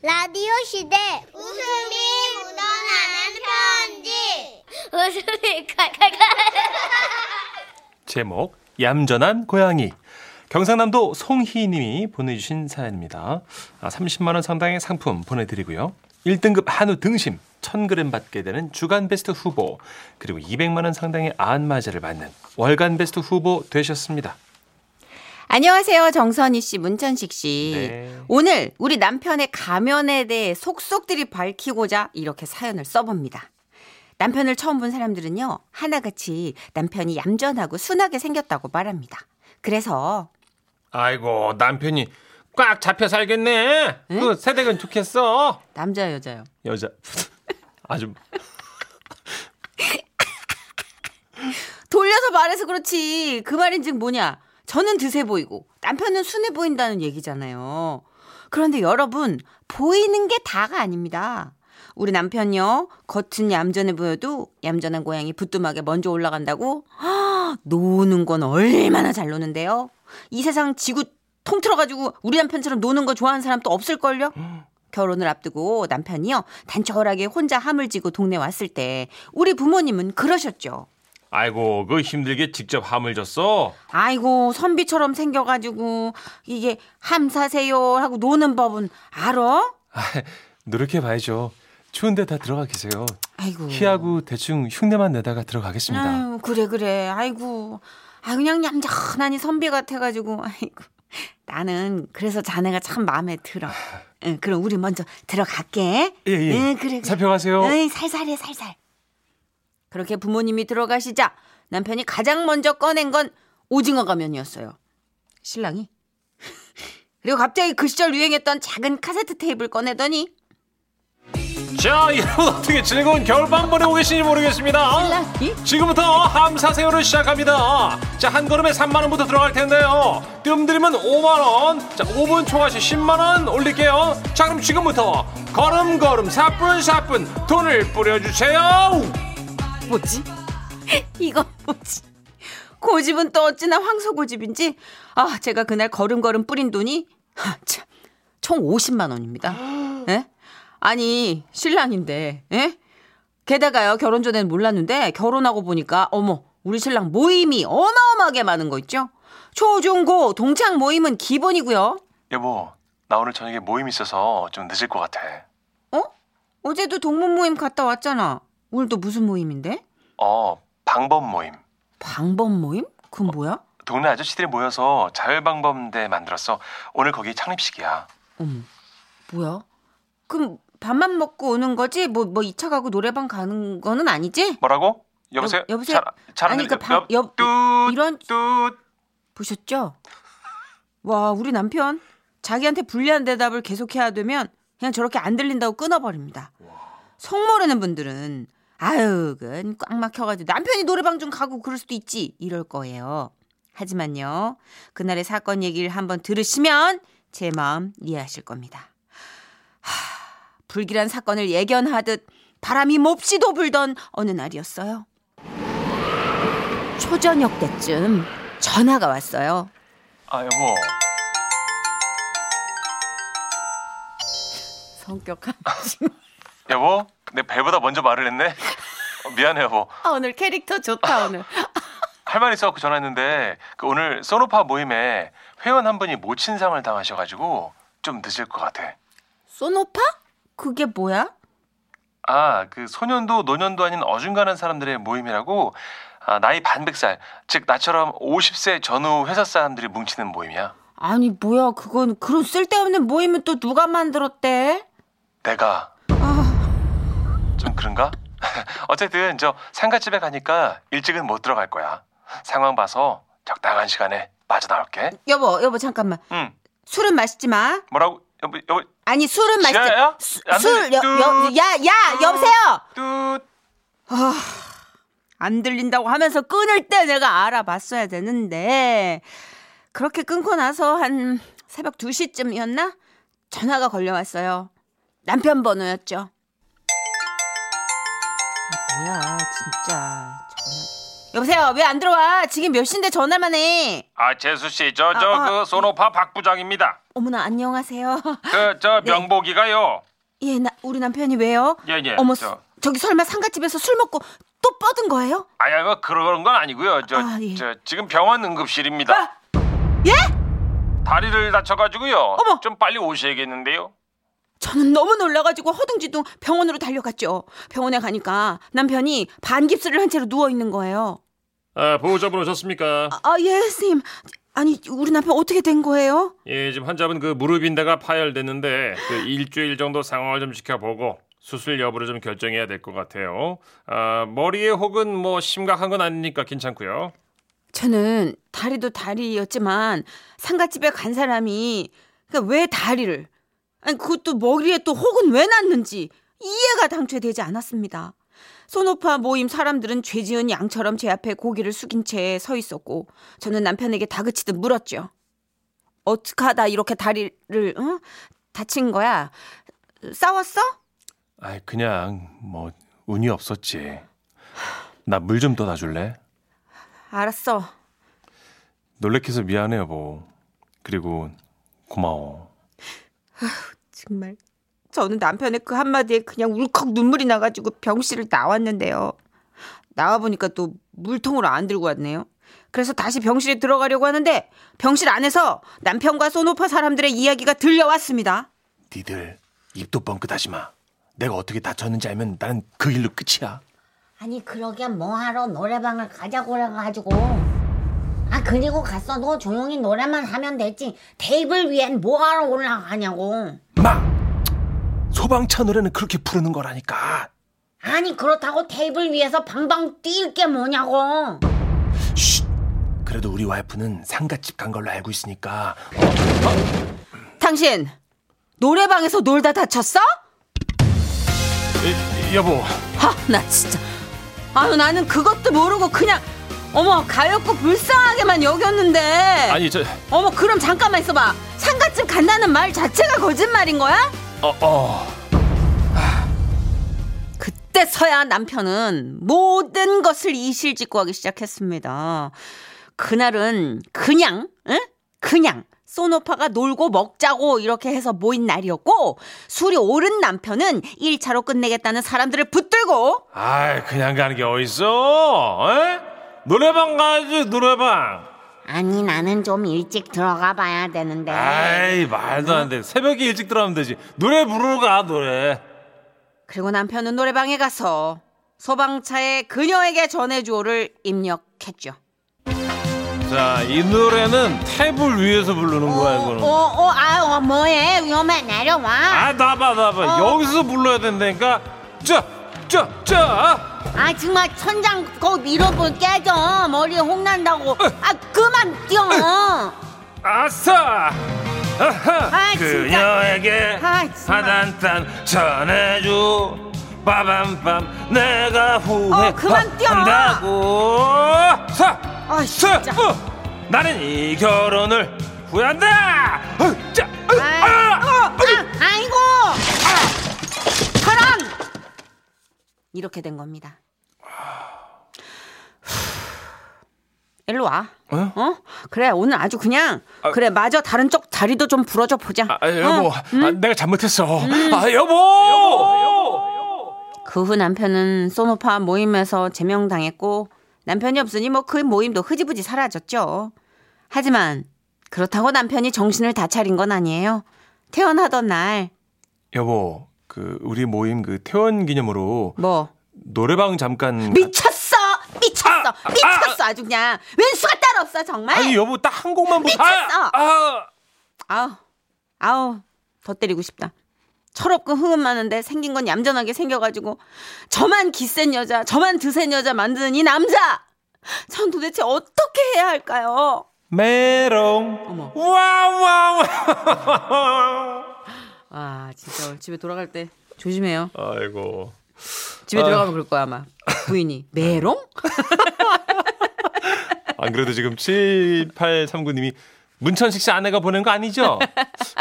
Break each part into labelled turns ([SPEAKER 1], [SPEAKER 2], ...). [SPEAKER 1] 라디오 시대
[SPEAKER 2] 웃음이 묻어나는 편지.
[SPEAKER 1] 웃음이 칼칼칼
[SPEAKER 3] 제목 얌전한 고양이 경상남도 송희님이 보내주신 사연입니다. 아, 30만 원 상당의 상품 보내드리고요. 1등급 한우 등심 1000g 받게 되는 주간 베스트 후보 그리고 200만 원 상당의 안마제를 받는 월간 베스트 후보 되셨습니다.
[SPEAKER 4] 안녕하세요. 정선희 씨, 문천식 씨.
[SPEAKER 3] 네.
[SPEAKER 4] 오늘 우리 남편의 가면에 대해 속속들이 밝히고자 이렇게 사연을 써봅니다. 남편을 처음 본 사람들은요, 하나같이 남편이 얌전하고 순하게 생겼다고 말합니다. 그래서,
[SPEAKER 3] 아이고 남편이 꽉 잡혀 살겠네. 그 세대건 좋겠어.
[SPEAKER 4] 남자, 여자요.
[SPEAKER 3] 여자 아주
[SPEAKER 4] 돌려서 말해서 그렇지. 그 말인 즉 뭐냐. 저는 드세 보이고 남편은 순해 보인다는 얘기잖아요. 그런데 여러분, 보이는 게 다가 아닙니다. 우리 남편요, 겉은 얌전해 보여도 얌전한 고양이 부뚜막에 먼저 올라간다고? 아, 노는 건 얼마나 잘 노는데요? 이 세상 지구 통틀어가지고 우리 남편처럼 노는 거 좋아하는 사람 또 없을걸요? 결혼을 앞두고 남편이요, 단촐하게 혼자 함을 지고 동네 왔을 때, 우리 부모님은 그러셨죠.
[SPEAKER 3] 아이고 그 힘들게 직접 함을 줬어.
[SPEAKER 4] 아이고 선비처럼 생겨가지고 이게 함사세요 하고 노는 법은 알아?
[SPEAKER 3] 노력해 봐야죠. 추운데 다 들어가 계세요.
[SPEAKER 4] 아이고
[SPEAKER 3] 키하고 대충 흉내만 내다가 들어가겠습니다.
[SPEAKER 4] 아유, 그래 그래 아이고 아 그냥 얌전하니 선비 같아가지고 아이고 나는 그래서 자네가 참 마음에 들어 응, 그럼 우리 먼저 들어갈게
[SPEAKER 3] 예, 예.
[SPEAKER 4] 응, 그래, 그래.
[SPEAKER 3] 살펴가세요.
[SPEAKER 4] 에이, 살살해 살살 그렇게 부모님이 들어가시자 남편이 가장 먼저 꺼낸 건 오징어 가면이었어요 신랑이 그리고 갑자기 그 시절 유행했던 작은 카세트 테이프를 꺼내더니
[SPEAKER 3] 자, 여러분 어떻게 즐거운 겨울밤 보내고 계신지 모르겠습니다.
[SPEAKER 4] 신랑이
[SPEAKER 3] 지금부터 함사세요를 시작합니다. 자, 한 걸음에 3만 원부터 들어갈 텐데요. 뜸들이면 5만 원, 자, 5분 총하시 10만 원 올릴게요. 자, 그럼 지금부터 걸음걸음 사뿐사뿐 돈을 뿌려주세요.
[SPEAKER 4] 뭐지? 이거 뭐지? 고집은 또 어찌나 황소고집인지 아 제가 그날 걸음걸음 뿌린 돈이 아, 참, 총 50만 원입니다. 예? 아니 신랑인데 예? 게다가요 결혼 전엔 몰랐는데 결혼하고 보니까 어머 우리 신랑 모임이 어마어마하게 많은 거 있죠? 초중고 동창 모임은 기본이고요.
[SPEAKER 3] 여보, 나 오늘 저녁에 모임 있어서 좀 늦을 것 같아.
[SPEAKER 4] 어? 어제도 동문 모임 갔다 왔잖아. 오늘도 무슨 모임인데?
[SPEAKER 3] 어, 방법 모임.
[SPEAKER 4] 방법 모임? 그건 뭐야?
[SPEAKER 3] 동네 아저씨들이 모여서 자율방범대 만들었어. 오늘 거기 창립식이야.
[SPEAKER 4] 어머, 뭐야? 그럼 밥만 먹고 오는 거지? 뭐, 뭐 2차 가고 노래방 가는 거는 아니지?
[SPEAKER 3] 뭐라고? 여보세요?
[SPEAKER 4] 여- 여보세요?
[SPEAKER 3] 잘,
[SPEAKER 4] 아니,
[SPEAKER 3] 잘
[SPEAKER 4] 그러니까 방- 옆-
[SPEAKER 3] 뚜,
[SPEAKER 4] 이런-
[SPEAKER 3] 뚜.
[SPEAKER 4] 보셨죠? 와, 우리 남편. 자기한테 불리한 대답을 계속해야 되면 그냥 저렇게 안 들린다고 끊어버립니다. 속 모르는 분들은 아유, 그건 꽉 막혀가지고 남편이 노래방 좀 가고 그럴 수도 있지. 이럴 거예요. 하지만요, 그날의 사건 얘기를 한번 들으시면 제 마음 이해하실 겁니다. 하, 불길한 사건을 예견하듯 바람이 몹시도 불던 어느 날이었어요. 초저녁 때쯤 전화가 왔어요.
[SPEAKER 3] 아 여보.
[SPEAKER 4] 성격한
[SPEAKER 3] 여보? 내 배보다 먼저 말을 했네? 어, 미안해 여보.
[SPEAKER 4] 아, 오늘 캐릭터 좋다 오늘.
[SPEAKER 3] 할 말 있어갖고 전화했는데 그 오늘 소노파 모임에 회원 한 분이 모친상을 당하셔가지고 좀 늦을 것 같아.
[SPEAKER 4] 소노파? 그게 뭐야?
[SPEAKER 3] 아, 그 소년도 노년도 아닌 어중간한 사람들의 모임이라고 아, 나이 반백살, 즉 나처럼 50세 전후 회사 사람들이 뭉치는 모임이야.
[SPEAKER 4] 아니 뭐야 그건 그런 쓸데없는 모임은 또 누가 만들었대?
[SPEAKER 3] 내가
[SPEAKER 4] 아.
[SPEAKER 3] 좀 그런가? 어쨌든 저 상가집에 가니까 일찍은 못 들어갈 거야. 상황 봐서 적당한 시간에 빠져나올게.
[SPEAKER 4] 여보 여보 잠깐만
[SPEAKER 3] 응.
[SPEAKER 4] 술은 마시지 마.
[SPEAKER 3] 뭐라고? 여보, 여보,
[SPEAKER 4] 아니 술은 마시지.
[SPEAKER 3] 지아야? 음. 안 들리- 뚜-
[SPEAKER 4] 술여여야야 여보세요.
[SPEAKER 3] 뚜.
[SPEAKER 4] 안 들린다고 하면서 끊을 때 내가 알아봤어야 되는데 그렇게 끊고 나서 한 새벽 2시쯤이었나? 전화가 걸려왔어요. 남편 번호였죠. 아, 뭐야 진짜 전화 여보세요. 왜 안 들어와? 지금 몇 시인데 전화만 해.
[SPEAKER 5] 아 재수 씨, 저
[SPEAKER 4] 아,
[SPEAKER 5] 저
[SPEAKER 4] 아.
[SPEAKER 5] 그 손오파 박 부장입니다.
[SPEAKER 4] 어머나 안녕하세요.
[SPEAKER 5] 그 저
[SPEAKER 4] 네.
[SPEAKER 5] 명복이가요.
[SPEAKER 4] 예, 나, 우리 남편이 왜요?
[SPEAKER 5] 예, 예,
[SPEAKER 4] 어머,
[SPEAKER 5] 저-
[SPEAKER 4] 저기 설마 상가집에서 술 먹고 또 뻗은 거예요?
[SPEAKER 5] 아야 뭐 그런 건 아니고요. 저,
[SPEAKER 4] 아, 예.
[SPEAKER 5] 저 지금 병원 응급실입니다.
[SPEAKER 4] 아! 예?
[SPEAKER 5] 다리를 다쳐가지고요.
[SPEAKER 4] 어머!
[SPEAKER 5] 좀 빨리 오셔야겠는데요.
[SPEAKER 4] 저는 너무 놀라가지고 허둥지둥 병원으로 달려갔죠. 병원에 가니까 남편이 반깁스를 한 채로 누워 있는 거예요.
[SPEAKER 3] 아, 보호자분 오셨습니까?
[SPEAKER 4] 아, 예, 선생님. 아니, 우리 남편 어떻게 된 거예요?
[SPEAKER 3] 예, 지금 환자분 그 무릎 인대가 파열됐는데 그 일주일 정도 상황을 좀 지켜보고 수술 여부를 좀 결정해야 될 것 같아요. 아, 머리에 혹은 뭐 심각한 건 아니니까 괜찮고요.
[SPEAKER 4] 저는 다리도 다리였지만 상가집에 간 사람이 그러니까 왜 다리를 아니 그것도 머리에 또 혹은 왜 났는지 이해가 당초에 되지 않았습니다. 소노파 모임 사람들은 죄지은 양처럼 제 앞에 고개를 숙인 채 서 있었고 저는 남편에게 다그치듯 물었죠. 어떡하다 이렇게 다리를 응? 다친 거야? 싸웠어?
[SPEAKER 3] 아, 그냥 뭐 운이 없었지. 나 물 좀 더 놔줄래?
[SPEAKER 4] 알았어.
[SPEAKER 3] 놀래켜서 미안해 여보. 그리고 고마워.
[SPEAKER 4] 정말 저는 남편의 그 한마디에 그냥 울컥 눈물이 나가지고 병실을 나왔는데요. 나와 보니까 또 물통을 안 들고 왔네요. 그래서 다시 병실에 들어가려고 하는데 병실 안에서 남편과 소노파 사람들의 이야기가 들려왔습니다.
[SPEAKER 3] 니들 입도 뻥끗하지 마. 내가 어떻게 다쳤는지 알면 나는 그 일로 끝이야.
[SPEAKER 2] 아니 그러게 뭐하러 노래방을 가자고 그래가지고 아 그리고 갔어도 조용히 노래만 하면 됐지 테이블 위엔 뭐하러 올라가냐고
[SPEAKER 3] 마! 소방차 노래는 그렇게 부르는 거라니까.
[SPEAKER 2] 아니 그렇다고 테이블 위에서 방방 뛸 게 뭐냐고
[SPEAKER 3] 쉿! 그래도 우리 와이프는 상가집 간 걸로 알고 있으니까
[SPEAKER 4] 당신 노래방에서 놀다 다쳤어?
[SPEAKER 3] 여보
[SPEAKER 4] 아나 진짜 아유 나는 그것도 모르고 그냥 어머 가엾고 불쌍하게만 여겼는데
[SPEAKER 3] 아니 저
[SPEAKER 4] 어머 그럼 잠깐만 있어봐 상가집 간다는 말 자체가 거짓말인 거야?
[SPEAKER 3] 어, 어.
[SPEAKER 4] 그때서야 남편은 모든 것을 이실직고하기 시작했습니다. 그날은 그냥, 응? 그냥 소노파가 놀고 먹자고 이렇게 해서 모인 날이었고 술이 오른 남편은 1차로 끝내겠다는 사람들을 붙들고
[SPEAKER 3] 아이 그냥 가는 게 어딨어 에? 노래방 가야지 노래방
[SPEAKER 2] 아니 나는 좀 일찍 들어가 봐야 되는데
[SPEAKER 3] 아이 말도 안돼 새벽에 일찍 들어가면 되지 노래 부르러 가 노래
[SPEAKER 4] 그리고 남편은 노래방에 가서 소방차에 그녀에게 전해주오를 입력했죠.
[SPEAKER 3] 자이 노래는 테이블 위에서 부르는 거야 이거는
[SPEAKER 2] 어어 아유 어, 뭐해 위험해 내려와
[SPEAKER 3] 아 나봐 나봐 여기서 불러야 된다니까 쩌쩌쩌
[SPEAKER 2] 아 정말 천장 거 밀어볼게 좀 머리 혼난다고 아 그만 뛰어
[SPEAKER 3] 아싸 아하
[SPEAKER 2] 아, 진짜.
[SPEAKER 3] 그녀에게
[SPEAKER 2] 아, 정말.
[SPEAKER 3] 하단단 전해줘 빠밤밤 내가 후회
[SPEAKER 4] 어, 그만 뛰어.
[SPEAKER 3] 한다고 사!
[SPEAKER 4] 아,
[SPEAKER 3] 사!
[SPEAKER 4] 진짜.
[SPEAKER 3] 어! 나는 이 결혼을 후회한다 어, 자, 어, 아!
[SPEAKER 4] 아이고! 사람! 이렇게 된 겁니다. 일로 와.
[SPEAKER 3] 어?
[SPEAKER 4] 그래 오늘 아주 그냥 그래 마저 다른 쪽 다리도 좀 부러져 보자.
[SPEAKER 3] 아, 여보
[SPEAKER 4] 어.
[SPEAKER 3] 아, 내가 잘못했어 아 여보, 여보!
[SPEAKER 4] 그 후 남편은 소노파 모임에서 제명당했고 남편이 없으니 뭐 그 모임도 흐지부지 사라졌죠. 하지만 그렇다고 남편이 정신을 다 차린 건 아니에요. 태어나던 날
[SPEAKER 3] 여보 그 우리 모임 그 퇴원 기념으로
[SPEAKER 4] 뭐.
[SPEAKER 3] 노래방 잠깐
[SPEAKER 4] 미쳤어 미쳤어
[SPEAKER 3] 아, 아,
[SPEAKER 4] 미쳤어 아주 그냥 왼수가 따로 없어 정말
[SPEAKER 3] 아니 여보 딱 한 곡만 보
[SPEAKER 4] 미쳤어!
[SPEAKER 3] 아, 아.
[SPEAKER 4] 아우 아우 더 때리고 싶다 철없고 흥은 많은데 생긴 건 얌전하게 생겨가지고 저만 기센 여자 저만 드센 여자 만드는 이 남자 전 도대체 어떻게 해야 할까요
[SPEAKER 3] 메롱
[SPEAKER 4] 어머.
[SPEAKER 3] 와와와
[SPEAKER 4] 아 진짜 오늘 집에 돌아갈 때 조심해요
[SPEAKER 3] 아이고
[SPEAKER 4] 집에
[SPEAKER 3] 아.
[SPEAKER 4] 들어가면 그럴 거야 아마 부인이 메롱
[SPEAKER 3] 안 그래도 지금 7839님이 문천식 씨 아내가 보낸 거 아니죠?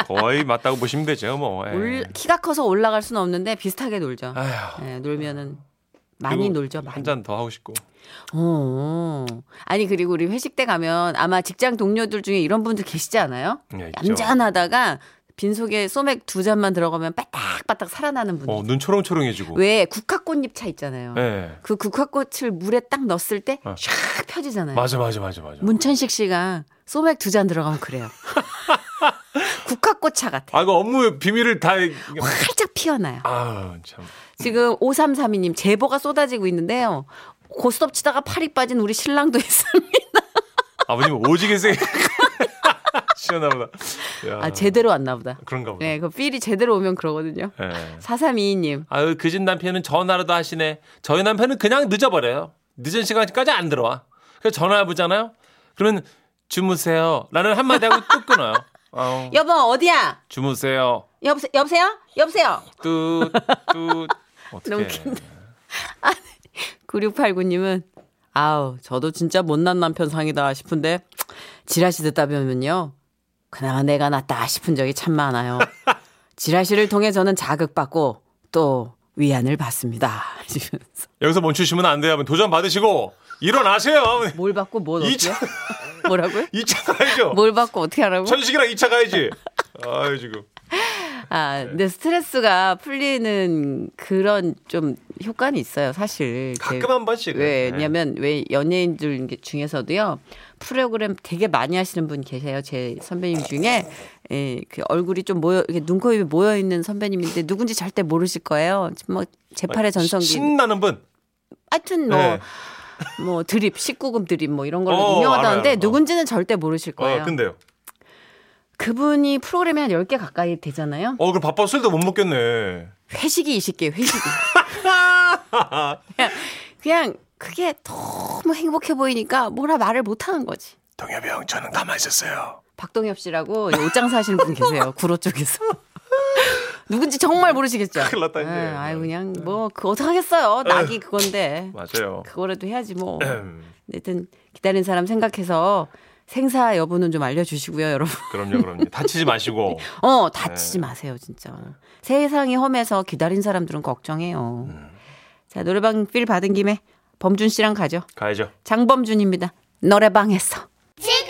[SPEAKER 3] 거의 맞다고 보시면 되죠 뭐 예.
[SPEAKER 4] 올- 키가 커서 올라갈 수는 없는데 비슷하게 놀죠
[SPEAKER 3] 아휴. 어.
[SPEAKER 4] 예, 놀면은 많이 놀죠. 많이.
[SPEAKER 3] 한잔 더 하고 싶고.
[SPEAKER 4] 어. 아니 그리고 우리 회식 때 가면 아마 직장 동료들 중에 이런 분들 계시지 않아요?
[SPEAKER 3] 예, 있죠.
[SPEAKER 4] 얌전하다가 빈속에 소맥 두 잔만 들어가면 빠딱빠딱 살아나는 분들.
[SPEAKER 3] 어, 눈 초롱초롱해지고.
[SPEAKER 4] 왜 국화꽃잎 차 있잖아요.
[SPEAKER 3] 예.
[SPEAKER 4] 그 국화꽃을 물에 딱 넣었을 때
[SPEAKER 3] 어.
[SPEAKER 4] 샥 펴지잖아요.
[SPEAKER 3] 맞아 맞아 맞아 맞아.
[SPEAKER 4] 문천식 씨가 소맥 두 잔 들어가면 그래요. 국화꽃 차 같아.
[SPEAKER 3] 아, 그 업무 비밀을 다
[SPEAKER 4] 활짝 피어나요.
[SPEAKER 3] 아, 참.
[SPEAKER 4] 지금 5332님 제보가 쏟아지고 있는데요. 고스톱 치다가 팔이 빠진 우리 신랑도 있습니다.
[SPEAKER 3] 아버님 오지게 세. 시원하다. 야,
[SPEAKER 4] 아, 제대로 왔나 보다.
[SPEAKER 3] 그런가 보다.
[SPEAKER 4] 네, 그 필이 제대로 오면 그러거든요.
[SPEAKER 3] 예.
[SPEAKER 4] 4322님.
[SPEAKER 3] 아유 그 집 남편은 전화라도 하시네. 저희 남편은 그냥 늦어버려요. 늦은 시간까지 안 들어와. 그래서 전화 해보잖아요. 그러면 주무세요. 라는 한마디 하고 뚝 끊어요. 아우,
[SPEAKER 4] 여보, 어디야?
[SPEAKER 3] 주무세요.
[SPEAKER 4] 여보세, 여보세요? 여보세요?
[SPEAKER 3] 뚝뚝.
[SPEAKER 4] 너무
[SPEAKER 3] 어떻게?
[SPEAKER 4] 웃긴다. 9689님은 아우, 저도 진짜 못난 남편 상이다 싶은데 지라시 듣다 보면요. 그나마 내가 낫다 싶은 적이 참 많아요. 지라시를 통해 저는 자극받고 또 위안을 받습니다. 이러면서.
[SPEAKER 3] 여기서 멈추시면 안 돼요. 하면 도전 받으시고 일어나세요.
[SPEAKER 4] 뭘 받고 뭘
[SPEAKER 3] 이
[SPEAKER 4] 어때요? 뭐라고요?
[SPEAKER 3] 2차 가야죠.
[SPEAKER 4] 뭘 받고 어떻게 하라고?
[SPEAKER 3] 천식이랑 2차 가야지. 아유 지금.
[SPEAKER 4] 아, 근데 스트레스가 풀리는 그런 좀 효과는 있어요, 사실. 그 이렇게
[SPEAKER 3] 가끔 한 번씩. 네.
[SPEAKER 4] 왜, 왜냐면 왜 연예인들 중에서도요 프로그램 되게 많이 하시는 분 계세요 제 선배님 중에 예, 그 얼굴이 좀 모여 이렇게 눈코입이 모여 있는 선배님인데 누군지 절대 모르실 거예요 뭐 제팔의 전성기
[SPEAKER 3] 아, 신나는 분.
[SPEAKER 4] 하여튼 뭐
[SPEAKER 3] 네.
[SPEAKER 4] 뭐 드립 19금 드립 뭐 이런 걸로
[SPEAKER 3] 어,
[SPEAKER 4] 유명하다는데
[SPEAKER 3] 알아요. 어.
[SPEAKER 4] 누군지는 절대 모르실 거예요
[SPEAKER 3] 어, 근데요.
[SPEAKER 4] 그분이 프로그램이 한 10개 가까이 되잖아요
[SPEAKER 3] 어, 그럼 바빠 술도 못 먹겠네.
[SPEAKER 4] 회식이 20개 회식이 그냥, 그냥 그게 너무 행복해 보이니까 뭐라 말을 못 하는 거지
[SPEAKER 3] 동엽이 형, 저는 가만히 있었어요.
[SPEAKER 4] 박동엽 씨라고 옷장 사시는 분 계세요. 구로 쪽에서. 누군지 정말 모르시겠죠?
[SPEAKER 3] 큰일 났다, 이제. 네.
[SPEAKER 4] 예, 아유, 그냥 뭐, 그, 어떡하겠어요. 낙이 그건데.
[SPEAKER 3] 맞아요.
[SPEAKER 4] 그거라도 해야지 뭐.
[SPEAKER 3] 음,
[SPEAKER 4] 하여튼, 기다린 사람 생각해서 생사 여부는 좀 알려주시고요, 여러분.
[SPEAKER 3] 그럼요, 그럼요. 다치지 마시고.
[SPEAKER 4] 어, 다치지
[SPEAKER 3] 네.
[SPEAKER 4] 마세요, 진짜. 세상이 험해서 기다린 사람들은 걱정해요.
[SPEAKER 3] 음.
[SPEAKER 4] 자, 노래방 필 받은 김에 범준 씨랑 가죠.
[SPEAKER 3] 가야죠.
[SPEAKER 4] 장범준입니다. 노래방에서.
[SPEAKER 1] 지금은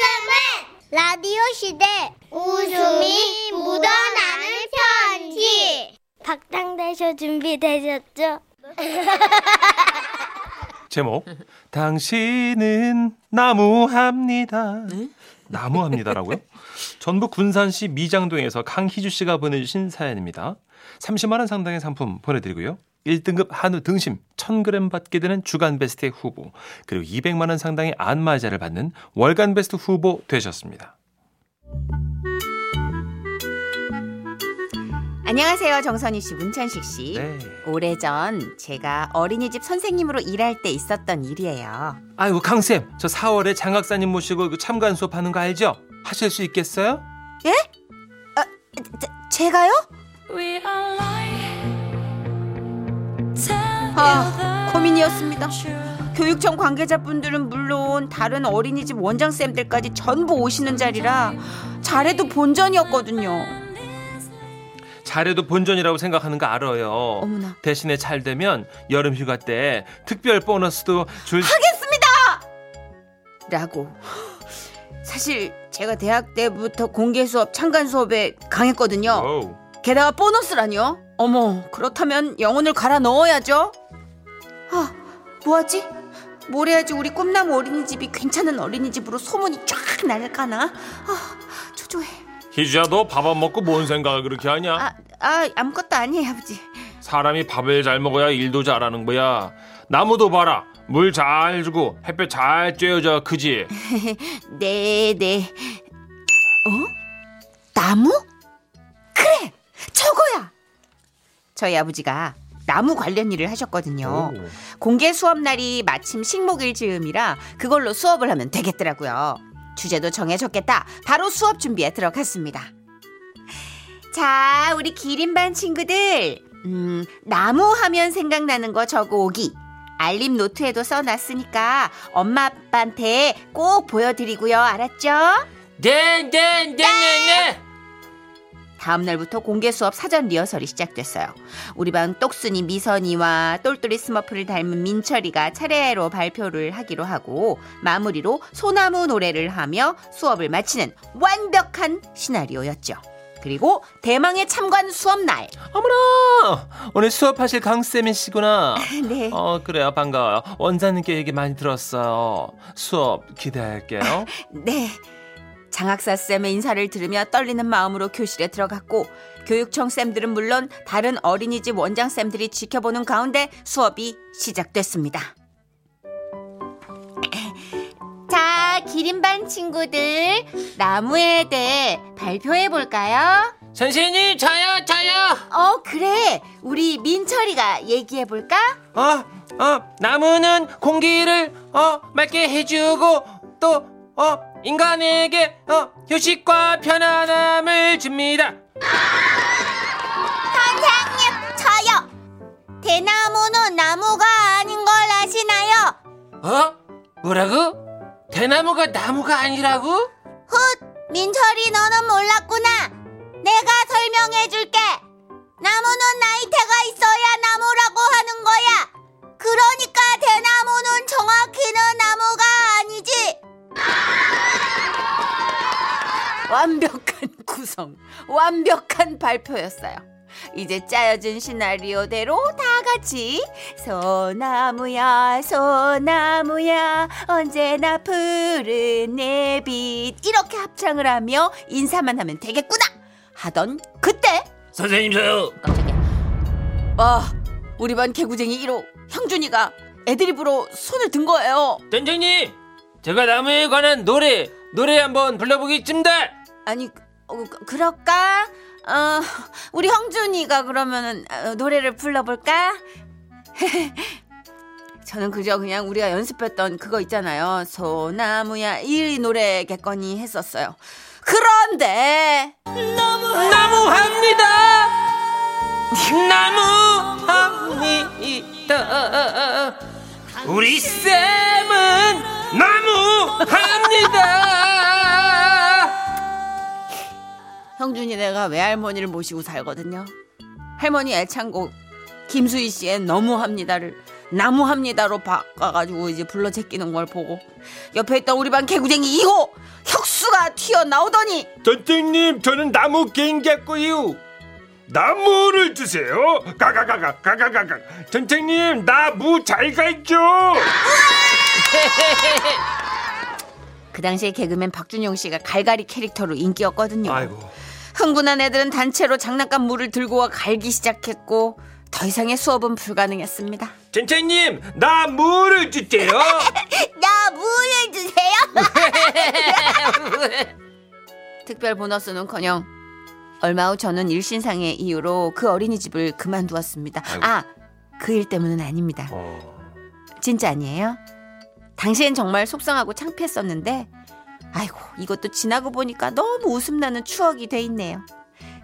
[SPEAKER 1] 라디오 시대 웃음이 묻어나는 편지 박장대쇼 준비되셨죠?
[SPEAKER 3] 제목. 당신은 나무합니다.
[SPEAKER 4] 네?
[SPEAKER 3] 나무합니다라고요? 전북 군산시 미장동에서 강희주 씨가 보내주신 사연입니다. 30만 원 상당의 상품 보내드리고요. 1등급 한우 등심 1000g 받게 되는 주간 베스트 후보 그리고 200만 원 상당의 안마자를 받는 월간 베스트 후보 되셨습니다.
[SPEAKER 4] 안녕하세요, 정선희 씨, 문찬식 씨.
[SPEAKER 3] 네.
[SPEAKER 4] 오래전 제가 어린이집 선생님으로 일할 때 있었던 일이에요.
[SPEAKER 3] 아이고 강쌤 저 4월에 장학사님 모시고 그 참관 수업하는 거 알죠? 하실 수 있겠어요?
[SPEAKER 4] 제가요? 아, 고민이었습니다. 교육청 관계자분들은 물론 다른 어린이집 원장쌤들까지 전부 오시는 자리라 잘해도 본전이었거든요.
[SPEAKER 3] 잘해도 본전이라고 생각하는 거 알아요.
[SPEAKER 4] 어머나.
[SPEAKER 3] 대신에 잘 되면 여름 휴가 때 특별 보너스도 줄
[SPEAKER 4] 라고. 사실 제가 대학 때부터 공개 수업, 참관 수업에 강했거든요.
[SPEAKER 3] 오우.
[SPEAKER 4] 게다가 보너스라니요? 어머, 그렇다면 영혼을 갈아 넣어야죠. 아, 뭐하지? 뭘 해야지 우리 꿈나무 어린이집이 괜찮은 어린이집으로 소문이 쫙 날까나? 아, 초조해.
[SPEAKER 3] 희주야 너 밥 안 먹고 뭔 생각을 그렇게 하냐?
[SPEAKER 4] 아, 아, 아무것도 아니에요, 아버지.
[SPEAKER 3] 사람이 밥을 잘 먹어야 일도 잘하는 거야. 나무도 봐라. 물 잘 주고 햇볕 잘 쬐어줘야 크지.
[SPEAKER 4] 네, 네. 어? 나무? 그래! 저거야! 저희 아버지가 나무 관련 일을 하셨거든요. 공개 수업 날이 마침 식목일 즈음이라 그걸로 수업을 하면 되겠더라고요. 주제도 정해졌겠다. 바로 수업 준비에 들어갔습니다. 자, 우리 기린반 친구들. 음, 나무 하면 생각나는 거 적어오기. 알림 노트에도 써놨으니까 엄마 아빠한테 꼭 보여드리고요. 알았죠?
[SPEAKER 3] 네네네네네.
[SPEAKER 4] 네. 다 다음 날부터 공개 수업 사전 리허설이 시작됐어요. 우리 반 똑순이 미선이와 똘똘이 스머프를 닮은 민철이가 차례로 발표를 하기로 하고 마무리로 소나무 노래를 하며 수업을 마치는 완벽한 시나리오였죠. 그리고 대망의 참관 수업 날.
[SPEAKER 3] 어머나 오늘 수업하실 강쌤이시구나
[SPEAKER 4] 네.
[SPEAKER 3] 어 그래요 반가워요 원장님께 얘기 많이 들었어요 수업 기대할게요
[SPEAKER 4] 네. 장학사 쌤의 인사를 들으며 떨리는 마음으로 교실에 들어갔고 교육청 쌤들은 물론 다른 어린이집 원장 쌤들이 지켜보는 가운데 수업이 시작됐습니다. 자, 기린반 친구들 나무에 대해 발표해 볼까요?
[SPEAKER 3] 선생님 저요 저요
[SPEAKER 4] 어, 그래. 우리 민철이가 얘기해 볼까?
[SPEAKER 3] 어, 어, 나무는 공기를 어, 맑게 해주고 또 어, 인간에게 어, 휴식과 편안함을 줍니다.
[SPEAKER 4] 저요. 대나무는 나무가 아닌 걸 아시나요?
[SPEAKER 3] 어? 뭐라고? 대나무가 나무가 아니라고?
[SPEAKER 4] 민철이 너는 몰랐구나. 내가 설명해 줄게. 나무는 나이테가 있어야 나무라고 하는 거야. 그러니까 대나무는 정확히는 나무가 아니지. 완벽한 구성, 완벽한 발표였어요. 이제 짜여진 시나리오대로 다 같이 소나무야 소나무야 언제나 푸른 내빛 이렇게 합창을 하며 인사만 하면 되겠구나 하던 그때
[SPEAKER 3] 선생님 저요.
[SPEAKER 4] 와 우리 반 개구쟁이 1호 형준이가 애드립으로 손을 든 거예요
[SPEAKER 3] 선생님 제가 나무에 관한 노래 노래 한번 불러보겠습니다.
[SPEAKER 4] 아니 어, 그럴까? 어, 우리 형준이가 그러면은 어, 노래를 불러볼까? 저는 그저 그냥 우리가 연습했던 그거 있잖아요. 소나무야 이 노래겠거니 했었어요. 그런데
[SPEAKER 3] 나무합니다. 나무합니다. 우리 쌤은 나무합니다.
[SPEAKER 4] 형준이 내가 외할머니를 모시고 살거든요. 할머니 애창곡 김수희 씨의 너무합니다를 나무합니다로 바꿔가지고 이제 불러 제끼는 걸 보고 옆에 있던 우리 반 개구쟁이 2호 혁수가 튀어나오더니
[SPEAKER 5] 선생님 저는 나무 개인 같고요. 나무를 주세요. 가가가가 가가가가. 선생님 나무 잘 갈죠.
[SPEAKER 4] 그 당시에 개그맨 박준영 씨가 갈갈이 캐릭터로 인기였거든요.
[SPEAKER 3] 아이고.
[SPEAKER 4] 흥분한 애들은 단체로 장난감 물을 들고 와 갈기 시작했고 더 이상의 수업은 불가능했습니다.
[SPEAKER 3] 선생님 나 물을 주세요.
[SPEAKER 4] 나 물을 주세요. 특별 보너스는커녕 얼마 후 저는 일신상의 이유로 그 어린이집을 그만두었습니다.
[SPEAKER 3] 아이고.
[SPEAKER 4] 아, 그 일 때문은 아닙니다.
[SPEAKER 3] 어,
[SPEAKER 4] 진짜 아니에요? 당시엔 정말 속상하고 창피했었는데 아이고 이것도 지나고 보니까 너무 웃음나는 추억이 돼 있네요.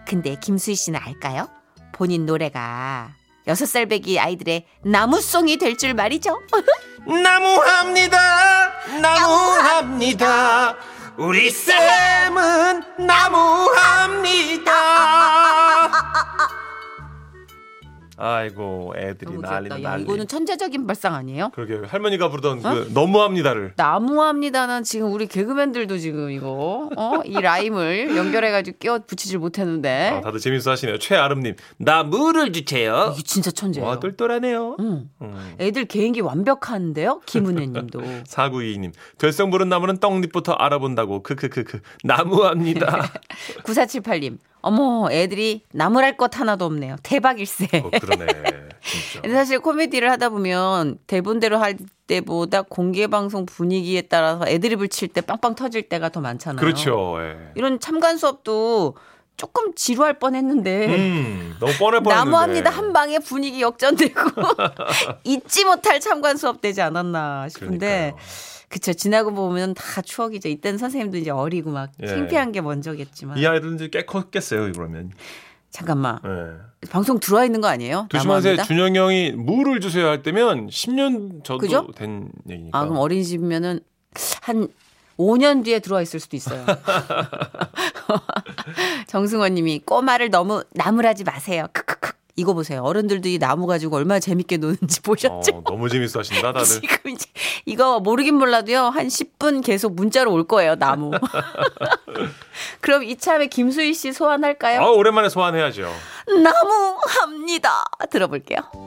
[SPEAKER 4] 근데 김수희 씨는 알까요? 본인 노래가 여섯 살 배기 아이들의 나무송이 될 줄 말이죠.
[SPEAKER 3] 나무합니다. 나무합니다. 우리 쌤은 나무합니다. 아이고 애들이
[SPEAKER 4] 너무
[SPEAKER 3] 난리
[SPEAKER 4] 귀엽다. 야,
[SPEAKER 3] 난리.
[SPEAKER 4] 이거는 천재적인 발상 아니에요?
[SPEAKER 3] 그러게 할머니가 부르던 그 너무합니다를
[SPEAKER 4] 나무합니다는 지금 우리 개그맨들도 지금 이거 어? 이 라임을 연결해가지고 끼워 붙이질
[SPEAKER 3] 아,
[SPEAKER 4] 못했는데
[SPEAKER 3] 다들 재밌어 하시네요. 최아름님 나 물을 주세요.
[SPEAKER 4] 이게 진짜 천재예요.
[SPEAKER 3] 와 똘똘하네요.
[SPEAKER 4] 응.
[SPEAKER 3] 음.
[SPEAKER 4] 애들 개인기 완벽한데요? 김은혜님도.
[SPEAKER 3] 4922님 될성 부른 나무는 떡잎부터 알아본다고 크크크크 나무합니다.
[SPEAKER 4] 9478님. 어머, 애들이 나무랄 것 하나도 없네요. 대박일세.
[SPEAKER 3] 어, 그러네 진짜.
[SPEAKER 4] 근데 사실 코미디를 하다 보면 대본대로 할 때보다 공개 방송 분위기에 따라서 애드립을 칠 때 빵빵 터질 때가 더 많잖아요.
[SPEAKER 3] 그렇죠. 예.
[SPEAKER 4] 이런 참관 수업도 조금 지루할 뻔했는데
[SPEAKER 3] 음 너무 뻔해 뻔했는데.
[SPEAKER 4] 나무합니다 한 방에 분위기 역전되고 잊지 못할 참관 수업 되지 않았나 싶은데
[SPEAKER 3] 그러니까요.
[SPEAKER 4] 그쵸 지나고 보면 다 추억이죠 이때는 선생님도 이제 어리고 막
[SPEAKER 3] 예.
[SPEAKER 4] 창피한 게 먼저겠지만
[SPEAKER 3] 이 아이들은 이제 꽤 컸겠어요 그러면.
[SPEAKER 4] 잠깐만
[SPEAKER 3] 예.
[SPEAKER 4] 방송 들어와 있는 거 아니에요?
[SPEAKER 3] 두시만세
[SPEAKER 4] 나무합니다?
[SPEAKER 3] 준영 형이 물을 주세요 할 때면 10년 저도
[SPEAKER 4] 그죠?
[SPEAKER 3] 된 얘기니까.
[SPEAKER 4] 아 그럼 어린이집이면은 한 5년 뒤에 들어와 있을 수도 있어요. 정승원 님이 꼬마를 너무 나무라지 마세요. 크크크. 이거 보세요. 어른들도 이 나무 가지고 얼마나 재밌게 노는지
[SPEAKER 3] 어,
[SPEAKER 4] 보셨죠?
[SPEAKER 3] 너무 재밌어 하신다, 다들.
[SPEAKER 4] 지금 이제 이거 모르긴 몰라도요. 한 10분 계속 문자로 올 거예요, 나무. 그럼 이참에 김수희 씨
[SPEAKER 3] 아,
[SPEAKER 4] 소환할까요?
[SPEAKER 3] 오랜만에 소환해야죠.
[SPEAKER 4] 나무 합니다. 들어볼게요.